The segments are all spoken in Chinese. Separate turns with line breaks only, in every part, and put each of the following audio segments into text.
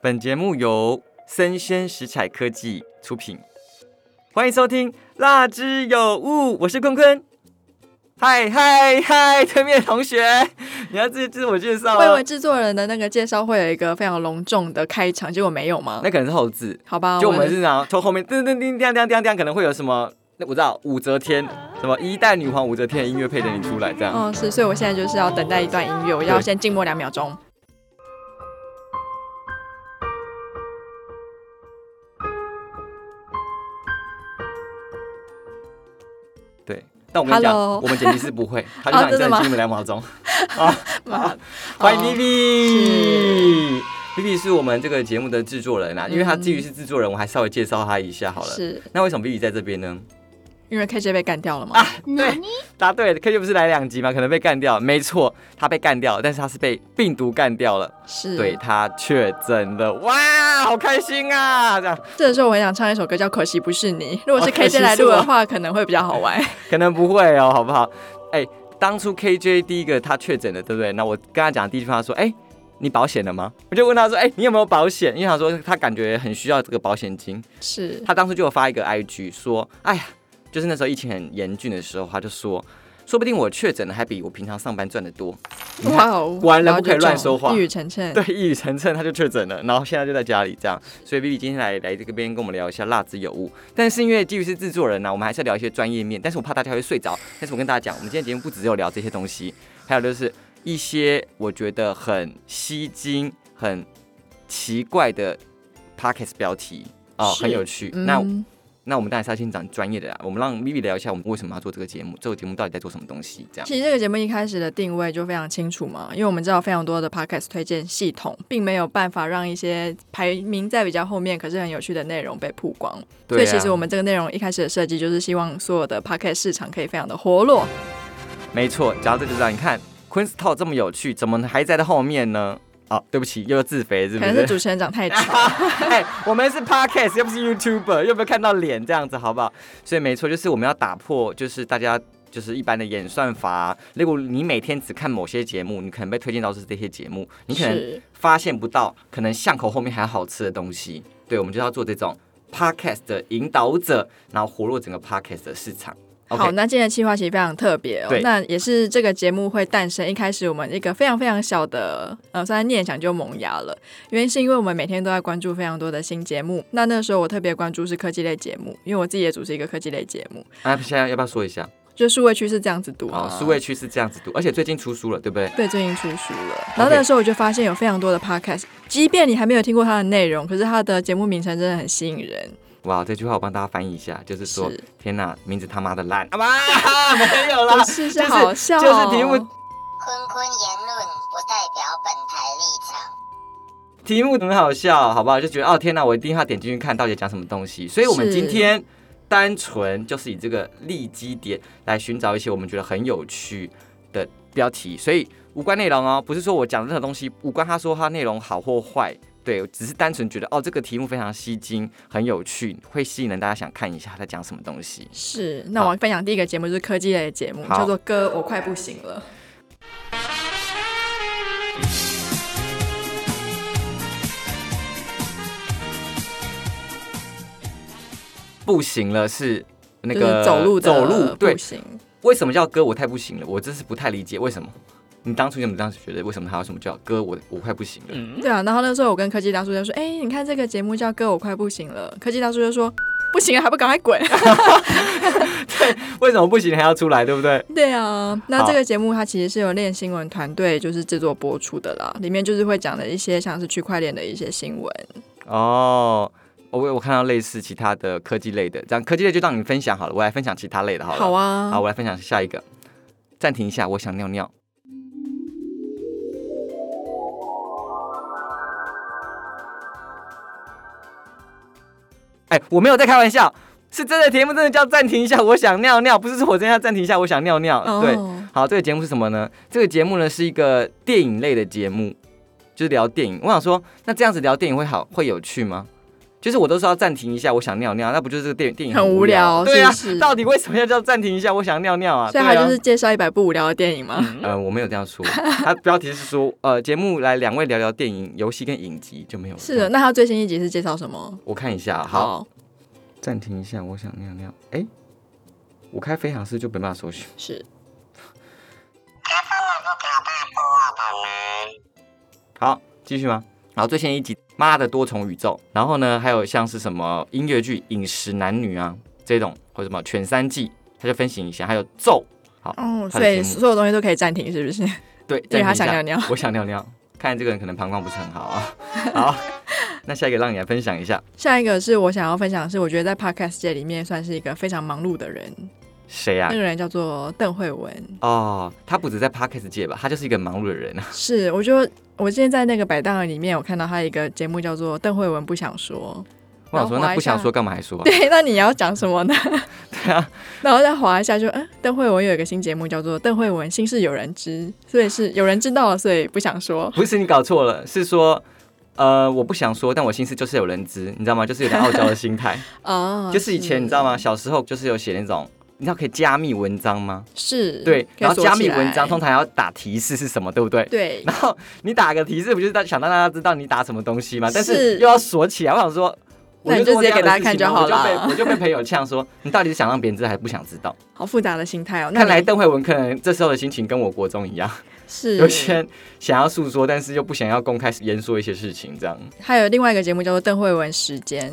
本节目由生鲜食材科技出品，欢迎收听《辣之有物》，我是坤坤。嗨嗨嗨，对面同学， 你要自自我介绍
我以
啊
为？制作人的那个介绍会有一个非常隆重的开场，结果没有吗
那？可能是后置，
好吧，
就我们是拿从后面叮叮叮叮叮叮叮，可能会有什么，那我知道武则天，什么一代女皇武则天的音乐配着你出来这样。
嗯，是，所以我现在就是要等待一段音乐，我要
对
先静默两 秒钟。
对，但我跟你讲
Hello 哦
我们剪辑师不会，他就让你
真的
再
吗
听你们两秒钟。
啊
欢迎
哦
Vivi。Vivi 哦是我们这个节目的制作人啊，因为他
嗯
基于是制作人，我还稍微介绍他一下好了。
是
那为什么 Vivi 在这边呢？
因为 KJ 被干掉了
啊
吗？
对，答对了。K 就不是来两集吗？可能被干掉，没错，他被干掉了，但是他是被病毒干掉了，
是，
对，他确诊了，哇，好开心啊！这样
这个时候我很想唱一首歌叫《可惜不是 你》，如果是
哦可惜
KJ 来录的话，可能会比较好玩。
可能不会哦，好不好？哎，当初 KJ 第一个他确诊了，对不对？那我跟他讲的第一句话说，哎。你保险了吗？我就问他说：“哎、你有没有保险？”因为他说他感觉很需要这个保险金。
是，
他当初就有发一个 IG 说，哎呀，就是那时候疫情很严峻的时候，他就说，说不定我确诊的还比我平常上班赚的多。你看
哇哦，
果然人
后
不可以
就
乱
中
说话
一语成 谶。
对，一语成谶，他就确诊了，然后现在就在家里这样。所以 Vivi 今天来来这个边跟我们聊一下辣之有物，但是因为基于是制作人呢、我们还是要聊一些专业面，但是我怕大家会睡着。但是我跟大家讲，我们今天节目不只有聊这些东西，还有就是一些我觉得很吸睛、很奇怪的 podcast 标题哦，
是
很有趣。
嗯
那那我们当然是要先讲专业的啦。我们让 Vivi 聊一下，我们为什么要做这个节目，这个节目到底在做什么东西？这样
其实这个节目一开始的定位就非常清楚嘛，因为我们知道非常多的 podcast 推荐系统，并没有办法让一些排名在比较后面可是很有趣的内容被曝光。所
对
以
啊
其实我们这个内容一开始的设计就是希望所有的 podcast 市场可以非常的活络。
没错，讲到这就让你看 Queen's Talk 这么有趣，怎么还在它后面呢？啊，对不起，又要自肥是
可
不
能是
是？
主持人长太吵，
哎、我们是 podcast，又不是 YouTuber，又没有看到脸这样子，好不好？所以没错，就是我们要打破，就是大家就是一般的演算法、啊如果你每天只看某些节目，你可能被推荐到是这些节目，你可能
是
发现不到，可能巷口后面还有好吃的东西。对，我们就要做这种 podcast 的引导者，然后活络整个 podcast 的市场。OK，
好，那今天的计划其实非常特别哦
对。
那也是这个节目会诞生，一开始我们一个非常非常小的呃，算是念想就萌芽了。原因是因为我们每天都在关注非常多的新节目。那那时候我特别关注是科技类节目，因为我自己也主持一个科技类节目，
啊，现在要不要说一下？
就数位区是这样子读啊
哦，。数位区是这样子读，而且最近出书了，对不对？
对，最近出书了。然后那时候我就发现有非常多的 podcast，即便你还没有听过它的内容，可是它的节目名称真的很吸引人。
哇，这句话我帮大家翻译一下，就是说，
是
天哪，名字他妈的烂，啊哇，没有啦
不，是
就是
好笑、哦
就是题目
坤坤言论不代表本台立场。
题目很好笑，好不好？就觉得哦，天哪，我一定要点进去看到底讲什么东西。所以我们
是
今天单纯就是以这个利基点来寻找一些我们觉得很有趣的标题，所以无关内容哦，不是说我讲任何东西无关他说他内容好或坏。对，只是单纯觉得哦，这个题目非常吸睛，很有趣，会吸引人大家想看一下他在讲什么东西。
是，那我分享第一个节目就是科技类的节目，
好
叫做《哥，我快不行了》。
不行了是那
就
个
是走路的
走路对
不，行，
为什么叫哥我太不行了？我真是不太理解为什么。你当初怎么当时觉得为什么还有什么叫哥我我快不行了？
对啊。然后那时候我跟科技大叔就说：“哎、你看这个节目叫《哥，我快不行了》。”科技大叔就说：“不行啊了，还不赶快 滚
为什么不行还要出来，对不对？！”
对啊，那
好
这个节目它其实是由练新闻团队就是制作播出的啦，里面就是会讲的一些像是区块链的一些新闻。
哦，我我看到类似其他的科技类的，这样科技类就让你分享好了，我来分享其他类的好了。
好啊，
好，我来分享下一个。暂停一下，我想尿尿。哎，我没有在开玩笑，是真的题目真的叫暂停一下，我想尿尿，不是说我真的要暂停一下，我想尿尿。
哦
对，好，这个节目是什么呢？这个节目呢是一个电影类的节目，就是聊电影。我想说，那这样子聊电影会好会有趣吗？就是我都是要暂停一下，我想尿尿，那不就是这个电电影
很无聊
对啊，
是不是
到底为什么要叫暂停一下？我想尿尿啊，
所以
对
他
啊
就是介绍一百部无聊的电影嘛。
呃，我没有这样说，他标题是说，呃，节目来两位聊聊电影、游戏跟影集就没有。
是的，，那他最新一集是介绍什么？
我看一下，啊好，，暂停一下，我想尿尿。哎、我开飞行室就没办法搜寻。
是
好，继续吗？然后最新一集《妈的多重宇宙》，然后呢，还有像是什么音乐剧《饮食男女》啊这种，或者什么《犬三季》，他就分析一下，还有《咒》。好，
哦，
他
所
的节
以
目
所有东西都可以暂停，是不是？
对，
对
暂停
他
一下
想尿尿
我想尿尿。看来这个人可能膀胱不是很好 啊。好，那下一个让你来分享一下，
下一个是我想要分享的是，我觉得在 podcast 界里面算是一个非常忙碌的人，
谁啊
那？个人叫做邓慧文。
哦，他不止在 podcast 界吧，他就是一个忙碌的人啊。
是，我就我今天在那个百档里面，我看到他一个节目叫做《邓慧文不想说
我想
然后
说，
滑
那不
一下
想说干嘛还说、》。啊？
对，那你要讲什么呢？
对啊，
然后再划一下就，嗯，邓慧文有一个新节目叫做《邓慧文心事有人知》，所以是有人知道了，所以不想说。
不是你搞错了，是说，呃，我不想说，但我心思就是有人知，你知道吗？就是有点傲娇的心态，
哦，
就是以前你知道吗？小时候就是有写那种。你知道可以加密文章吗？
是？
对，
嗯可以
然后
锁
加
起
密文章
来
通常还要打提示是什么，对不对？
对
然后你打个提示，不就是让想让大家知道你打什么东西吗？但是
是
又要锁起来，我想说，我
那你就
做
直接
这样
给
的
大家
事
看
情
就
吗
好
我就
啦
被我就被朋友呛说，你到底是想让别人知道还是不想知道？
好复杂的心态哦。那
看来
你
邓慧文可能这时候的心情跟我国中一样，
是
有些人想要诉说，但是又不想要公开言说一些事情，这样。
还有另外一个节目叫做《邓慧文 时间》，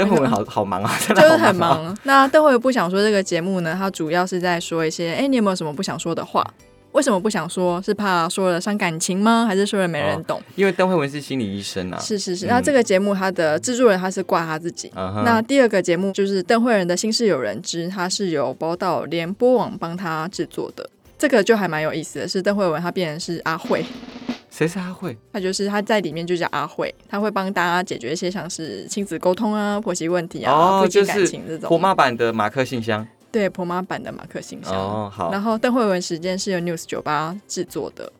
邓慧文好好忙啊，真
就
的
是
好
很
忙啊。
忙。那邓慧文不想说这个节目呢，它主要是在说一些，哎、你有没有什么不想说的话？为什么不想说？是怕说了伤感情吗？还是说了没人懂？
因为邓慧文是心理医生啊。
是是
哦
是。
嗯
那这个节目它的制作人他是挂他自己。
嗯哼
那第二个节目就是邓慧仁的《心事有人知》，它是由宝岛联播网帮他制作的。这个就还蛮有意思的，是邓慧文她变成是阿慧，
谁是阿慧？
她就是她在里面就叫阿慧，她会帮大家解决一些像是亲子沟通啊、婆媳问题啊、
哦，
夫妻
就
感
是
情这种。
婆妈版的马克信箱。
对婆妈版的马克信箱。
哦，好。
然后邓慧文时间是由 News 酒吧制作的，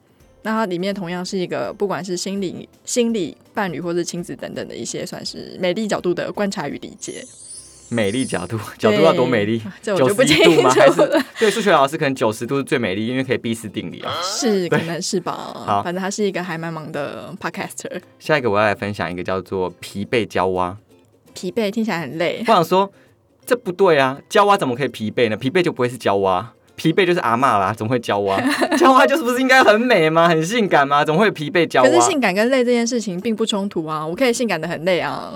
那它里面同样是一个不管是心理、心理伴侣或是亲子等等的一些算是美丽角度的观察与理解。
美丽角度，角度要多美丽
对？啊这我
九
就不
十
清
一度吗？还
楚了
是，对数学老师可能九十度是最美丽，因为可以毕氏定理啊。
是可能是吧
好？
反正他是一个还蛮忙的 podcaster。
下一个我要来分享一个叫做疲惫娇蛙。
疲惫听起来很累
我，想说，这不对啊！娇娃怎么可以疲惫呢？疲惫就不会是娇娃，疲惫就是阿嬷啦，怎么会娇 娃？娇娃就是不是应该很美吗？很性感吗？怎么会疲惫娇
可是
娃？
性感跟累这件事情并不冲突啊，我可以性感的很累啊。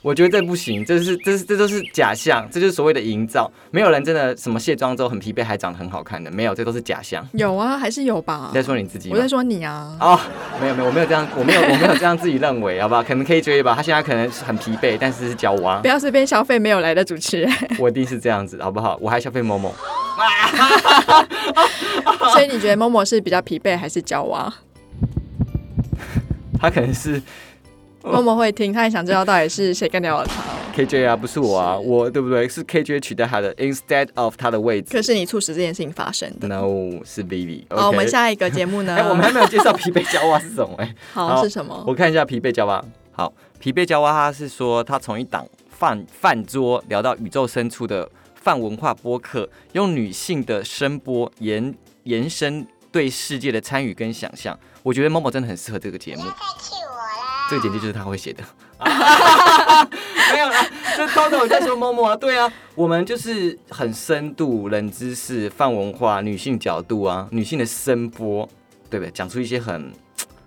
我觉得这不行，这是这是这都是假象，这就是所谓的营造。没有人真的什么卸妆之后很疲惫还长得很好看的，没有，这都是假象。
有啊，还是有吧
你在。说你自己
我
吗
在？说你啊，
哦，没有没有，我没有这样，我没有 我没有这样自己认为，好不好？可能可以追吧。他现在可能是很疲惫，但是是娇娃
不。要随便消费没有来的主持人。
我一定是这样子，好不好？我还消费某某。
所以你觉得某某是比较疲惫还是啊娇娃？
他可能是哦
默默会听，他也想知道到底是谁干掉了他。
KJ 啊，不是我啊，我对不对？是 KJ 取代他的，instead of 他的位置。
可是你促使这件事情发生的。
No，是 Vivi。
好，哦我们。下一个节目呢？
嗯 哎，我们还没有介绍疲惫娇娃是什么哎。
好是什么？
我看一下疲惫娇娃。好，疲惫娇娃，他是说他从一档饭饭桌聊到宇宙深处的泛文化播客，用女性的声波延延伸对世界的参与跟想象。我觉得某某真的很适合这个节目
不要。再气我啦！
这个简介就是他会写的。 没有啦，这偷偷在说某某啊，对啊，我们就是很深度冷知识、泛文化、女性角度啊，女性的声波，对不对？讲出一些很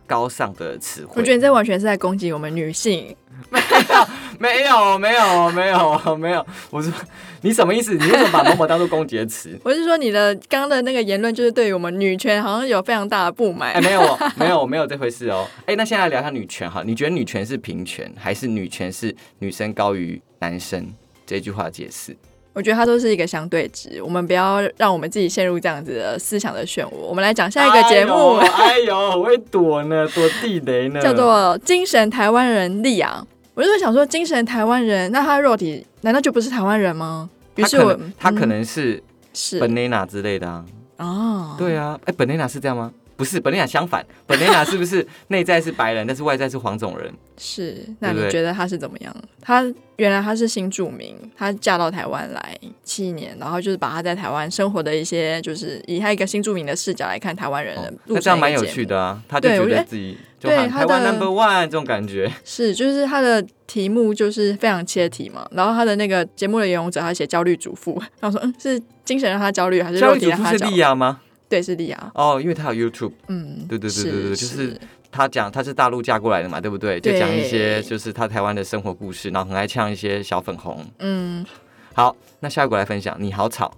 高尚的词
我
汇
觉。得你这完全是在攻击我们女性。
没有，没有，没有，没有。我说你什么意思？你为什么把某某当做攻击的词？
我是说你的刚刚的那个言论，就是对于我们女权好像有非常大的不满。
哎，没有，没有，没有这回事哦。哎，那现在来聊一下女权哈，你觉得女权是平权，还是女权是女生高于男生？这句话的解释。
我觉得它都是一个相对值，我们不要让我们自己陷入这样子的思想的漩涡。我们来讲下一个节目，
哎呦，我会躲呢，躲地雷呢，
叫做《精神台湾人力》啊。我就想说，精神台湾人，那他的肉体难道就不是台湾人吗？于
他
是
可
我
能他可
嗯
能是
是
banana 之类的啊，
哦，
对啊，哎，banana 是这样吗？不是本内亚相反，本内亚是不是内在是白人，但是外在是黄种人？
是，那
对不
你
对
觉得他是怎么样？他原来他是新住民，他嫁到台湾来七年，然后就是把他在台湾生活的一些，就是以他一个新住民的视角来看台湾人的、
哦那这样蛮有趣。的啊，他就
对
觉
我觉
得
得
自己就
对
喊
他
台湾
的
number one 这种感觉，
是，就是他的题目就是非常切题嘛，然后他的那个节目的游泳者，他写焦虑主妇，然后我说嗯是精神让他焦虑还是
教
肉
育
体
主
让
妇
他
是
焦
莉
虑？
亚吗？
对，是利亚，
哦，因为他有 YouTube，
嗯，
对对对对对对就是
是
他讲他是大陆嫁过来的嘛，对不对？就
对
讲一些就是他台湾的生活故事，然后很爱呛一些小粉红。
嗯，
好，那下一个来分享，你好吵。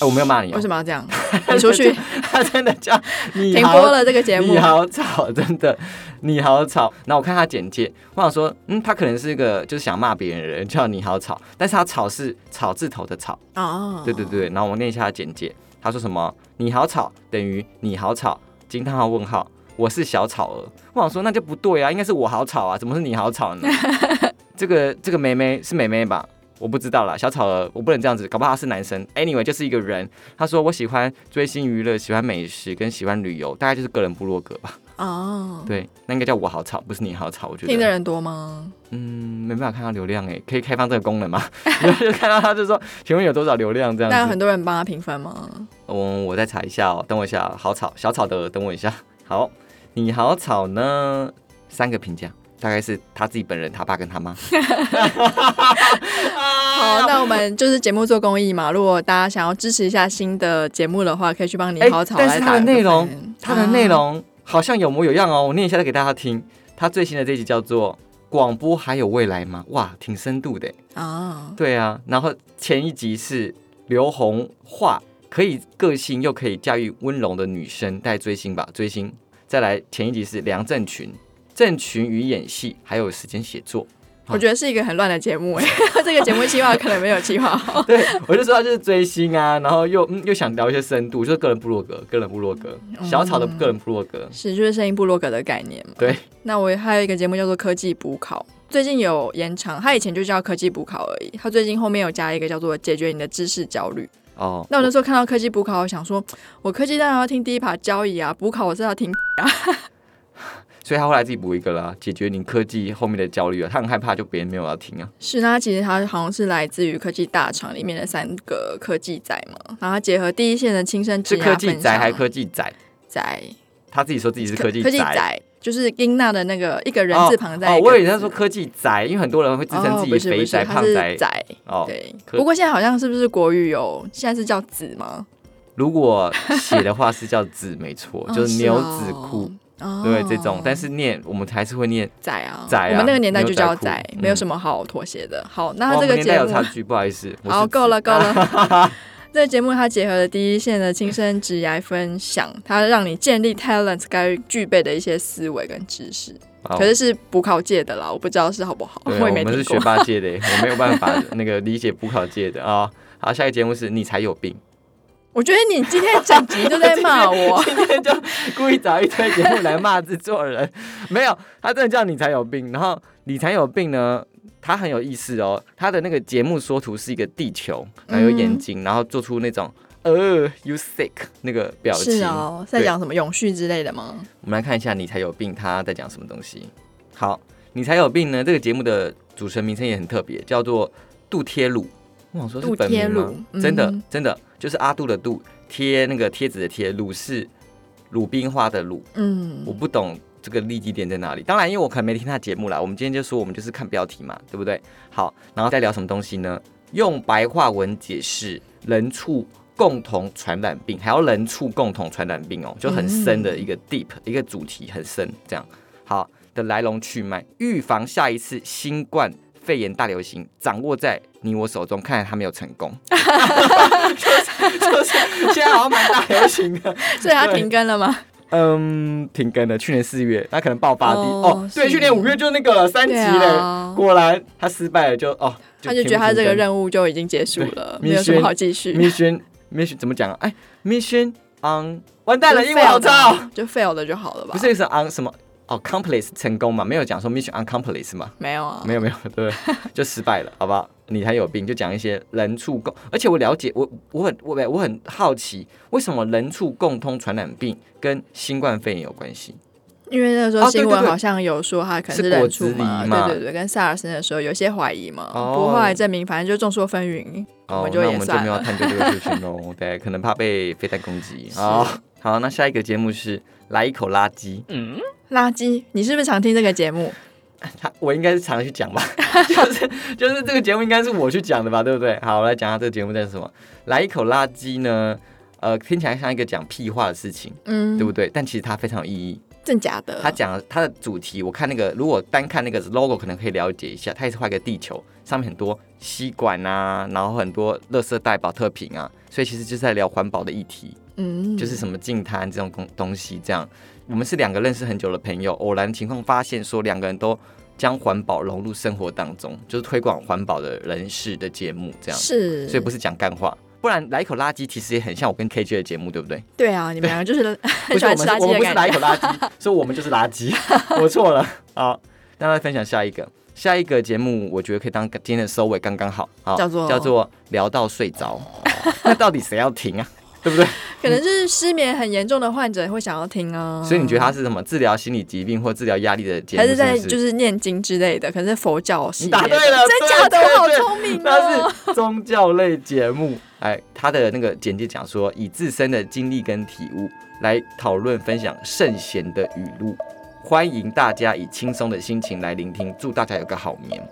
哎，我没有骂你、
为
哦
什，么要 这样？你出去
他 真的 叫你
停
好
播了这个节目
你，好吵，真的，你好吵。那我看他简介，我想说，嗯，他可能是一个就是想骂别人的人，叫你好吵，但是他吵是草字头的草，
哦，
对对，对。然后我念一下他简介，他说什么？你好吵等于你好吵，惊叹号问号，我是小草儿。我想说那就不对啊，应该是我好吵啊，怎么是你好吵呢？ 这个这个妹妹是妹妹吧？我不知道啦，小草儿，我不能这样子，搞不好他是男生。Anyway，就是一个人。他说我喜欢追星娱乐，喜欢美食，跟喜欢旅游，大概就是个人部落格吧。
哦，
对，那应该叫我好吵，不是你好吵。我觉
听的
得，
人多吗？
嗯，没办法看到流量哎，可以开放这个功能吗？ 然后就看到他就说，请问有多少流量这样
那有
子？
很多人帮他评分吗？
嗯，我再查一下哦，等我一下哦，好吵，小吵的，等我一下。 好，你好吵呢，三个评价，大概是他自己本人、他爸跟他妈。
好，那我们就是节目做公益嘛。如果大家想要支持一下新的节目的话，可以去帮你
哎
好草
但
来
是
打
它的
个
内容
分，
它的内容好像有模有样哦，我念一下再给大家听。他最新的这一集叫做《广播还有未来吗》？哇，挺深度的。
啊，
对啊，然后前一集是刘红画，可以个性又可以驾驭温柔的女生，带追星吧，追星。再来前一集是梁正群，正群与演戏，还有时间写作。
我觉得是一个很乱的节目哎、 这个节目计划可能没有计划好。
对， 我就说他就是追星啊，然后又嗯又想聊一些深度，就是个人部落格，个人部落格，
嗯
小草的个人部落格。
是，就是声音部落格的概念嘛。
对，
那我还有一个节目叫做科技补考，最近有延长，它以前就叫科技补考而已，它最近后面有加一个叫做解决你的知识焦虑。
哦，
那我那时候看到科技补考，我想说，我科技当然要听第一把交易啊，补考我是要听
所以他后来自己补一个啦，解决你科技后面的焦虑啊，他很害怕就别人没有要听啊。
是，那它其实它好像是来自于科技大厂里面的三个科技仔嘛，然后它结合第一线的亲身
是
职涯
科技
啊分
宅
享
还科技宅，
仔
他自己说自己是
科
科技
科技
宅。
仔，就是英娜的那个一个人字旁在
哦
一
哦，
个
我以为
字
他说科技宅，因为很多人会自称
哦
自
不
己
是不
肥
是
宅、
它
胖
是
宅。
仔。
哦，
对，
科
不过现在好像是不是国语有现在是叫子吗？
如果写的话是叫子，没 错，就是牛子裤，
哦，
对这种
哦，
但是念我们还是会念。
仔啊，
仔啊
我们那个年代就叫
牛仔裤
仔，没有
嗯
什么好妥协的。好，那
哦
它
我
啊这
们
个
年
节
代有
目
差距，不好意思。我是
好，
子
够了，够了。 这个节目它结合了第一线的亲身职涯分享，它让你建立 talent 该具备的一些思维跟知识。
好
可是是补考界的啦，我不知道是好不好，
哦对啊
我也
我
没
们
听
是学
过。
霸界的，我没有办法那个理解补考界的啊。好，下一个节目是你才有病。
我觉得你今天整集都在 骂我，
今天就故意找一堆节目来骂制作人， 没有，他真的叫你才有病。然后你才有病呢，他很有意思哦。他的那个节目缩图是一个地球，然后有
嗯
眼睛，然后做出那种呃 you sick 那个表情。
是哦，在讲什么永续之类的吗？
我们来看一下你才有病他在讲什么东西。好，你才有病呢，这个节目的主持人名称也很特别，叫做杜贴鲁。我想说是本名
杜
吗
贴鲁？嗯
真的真的就是阿杜的杜，贴那个贴纸的贴，鲁是鲁冰花的鲁。我
嗯，
不懂这个利基点在哪里。当然，因为我可能没听他节目啦。我们今天就说我们就是看标题嘛，对不对？好，然后再聊什么东西呢？用白话文解释人畜共同传染病，还要人畜共同传染病哦，就很深的一个 deep、一个主题，很深这样。好的来龙去脉，预防下一次新冠肺炎大流行，掌握在你我手中，看来他没有成功。就是就是现在好像蛮大流行的，
所以它停更了吗？
嗯，停更了，去年四月，他可能爆发地
哦
哦对，
是
去年五月就那个了三级
对
嘞，
啊
果然他失败了就，哦，
他就觉得他这个任务就已经结束
对
了，
米
没有什么
轩
好继续。
mission mission 怎么讲啊？哎，mission on 完蛋了，
就
英文好
fail 了
差哦，
嘛，就 fail 了就好了吧？
不是是 on 什么哦 c o m p l e t e 成功嘛？没有讲说 mission on c o m p l e t e 嘛？
没有啊，
没有没有，对，就失败了，好不好？你才有病，就讲一些人畜共，而且我了解，我我很我我很好奇，为什么人畜共通传染病跟新冠肺炎有关系？
因为那时
哦
候
对
新闻
对对
好像有说他可能
是果
人畜
子狸
嘛，
嘛
对对对，跟 SARS 那时候有些怀疑嘛，
哦
不过后来证明反正就众说纷纭。
哦
我，们就
那我
也
们就
算
没有
了
探究这个事情 喽。对，可能怕被飞弹攻击。哦，好，那下一个节目是来一口垃圾。
嗯，
垃圾，你是不是常听这个节目？
他我应该是常去讲 吧，就是就是这个节目应该是我去讲的吧，对不对？好，我来讲一下这个节目在什么。来一口垃圾呢，呃，听起来像一个讲屁话的事情，
嗯，呃
对不对？但其实它非常有意义。
真假的？
他讲了他的主题，我看那个如果单看那个 logo 可能可以了解一下，他也是画一个地球，上面很多吸管啊，然后很多垃圾袋、保特瓶啊，所以其实就是在聊环保的议题。
嗯，
就是什么净滩这种东东西，这样。我们是两个认识很久的朋友，偶然情况发现说两个人都将环保融入生活当中，就是推广环保的人士的节目这样，
是，
所以不是讲干话。不然来一口垃圾其实也很像我跟 KJ 的节目，对不对？
对啊，你们两个就是
不
很喜
是我们
欢吃
是
垃
我
圾
们不
的
是来
感
一
觉。
口垃 圾，所以我们就是垃圾。 我错了。好，那来分享下一个，下一个节目我觉得可以当今天的收尾，刚刚好。好，
叫做
叫做聊到睡着。 那到底谁要停啊？对不对？
可能是失眠很严重的患者会想要听啊。
所以你觉得它是什么治疗心理疾病或治疗压力的节目？
还是在就是是念经之类的，可能是佛教系
你
列
答
的。
对了，
真假的，我好聪
对
明
对
哦。
它是宗教类节目。哎，它的那个简介讲说，以自身的经历跟体悟来讨论分享圣贤的语录，欢迎大家以轻松的心情来聆听，祝大家有个好眠。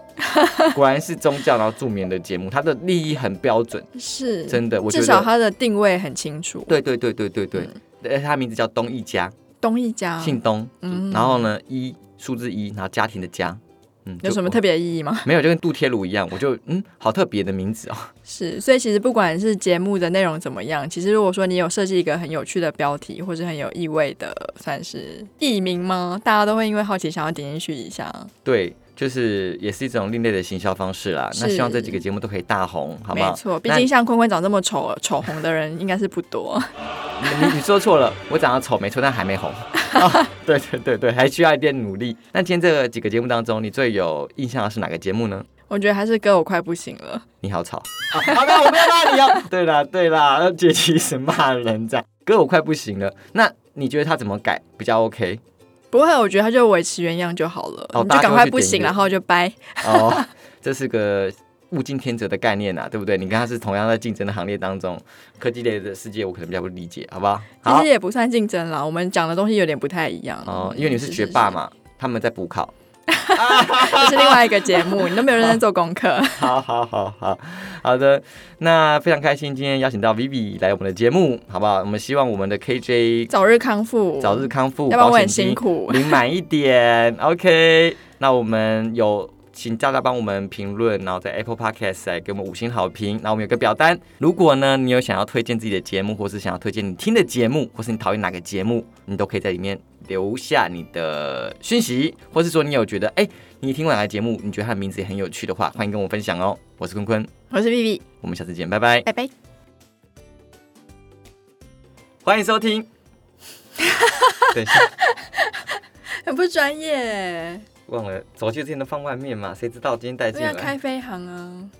果然是宗教然后助眠的节目，它的利益很标准，
是
真的，我觉
至少
得。
它的定位很清楚。
对对对对对对，
嗯
而且它名字叫东一家，
东一家
姓东，
嗯
然后呢一数字一，然后家庭的家，嗯，
有
就
什么特别的意义吗？
没有，就跟杜铁鲁一样，我就嗯，好特别的名字哦。
是，所以其实不管是节目的内容怎么样，其实如果说你有设计一个很有趣的标题，或是很有意味的，算是艺名吗？大家都会因为好奇想要点进去一下。
对，就是也是一种另类的行销方式啦。那
是
希望这几个节目都可以大红，好不
没
好？
错，毕
那
竟像坤坤长这么丑，丑红的人应该是不多。
你你你说错了，我长得丑没错，但还没红。啊对对对对，还需要一点努力。那今天这几个节目当中，你最有印象的是哪个节目呢？
我觉得还是哥我快不行了。
你好吵！啊好的，我没有骂你哦。对啦对啦，要解其实骂人这样，哥我快不行了。那你觉得他怎么改比较 OK？
不会，我觉得他就维持原样就好了，
哦
你
大家
就赶
就
快
会
不
点
行，
阅
然后就掰。
哦， 这是个物竞天择的概念呐、啊，对不对？你跟他是同样在竞争的行列当中，科技类的世界我可能比较不理解，好不好？
其
好
实，也不算竞争啦，我们讲的东西有点不太一样。
哦，因为你是学霸，嘛，他们在补考。
是是是这是另外一个节目，你都没有认真做功 课。
好好好好好的，那非常开心今天邀请到 Vivi 来我们的节目，好不好？我们希望我们的 KJ
早日康复，
早日康复，
要不然
保
我
险
很
金
辛苦。
领满一点。OK，那我们有请大家帮我们评论，然后在 Apple Podcast 来给我们五星好评。那我们有个表单，如果呢你有想要推荐自己的节目，或是想要推荐你听的节目，或是你讨厌哪个节目，你都可以在里面留下你的讯息，或是说你有觉得哎、你听完哪个节目，你觉得它的名字也很有趣的话，欢迎跟我分享哦。我是坤坤，
我是 B B，
我们下次见，拜拜。
拜拜。
欢迎收听。等一下，
很不专业，
忘了，走去之前都放外面嘛，谁知道今天带
因
进
为要
来？
开飞航啊。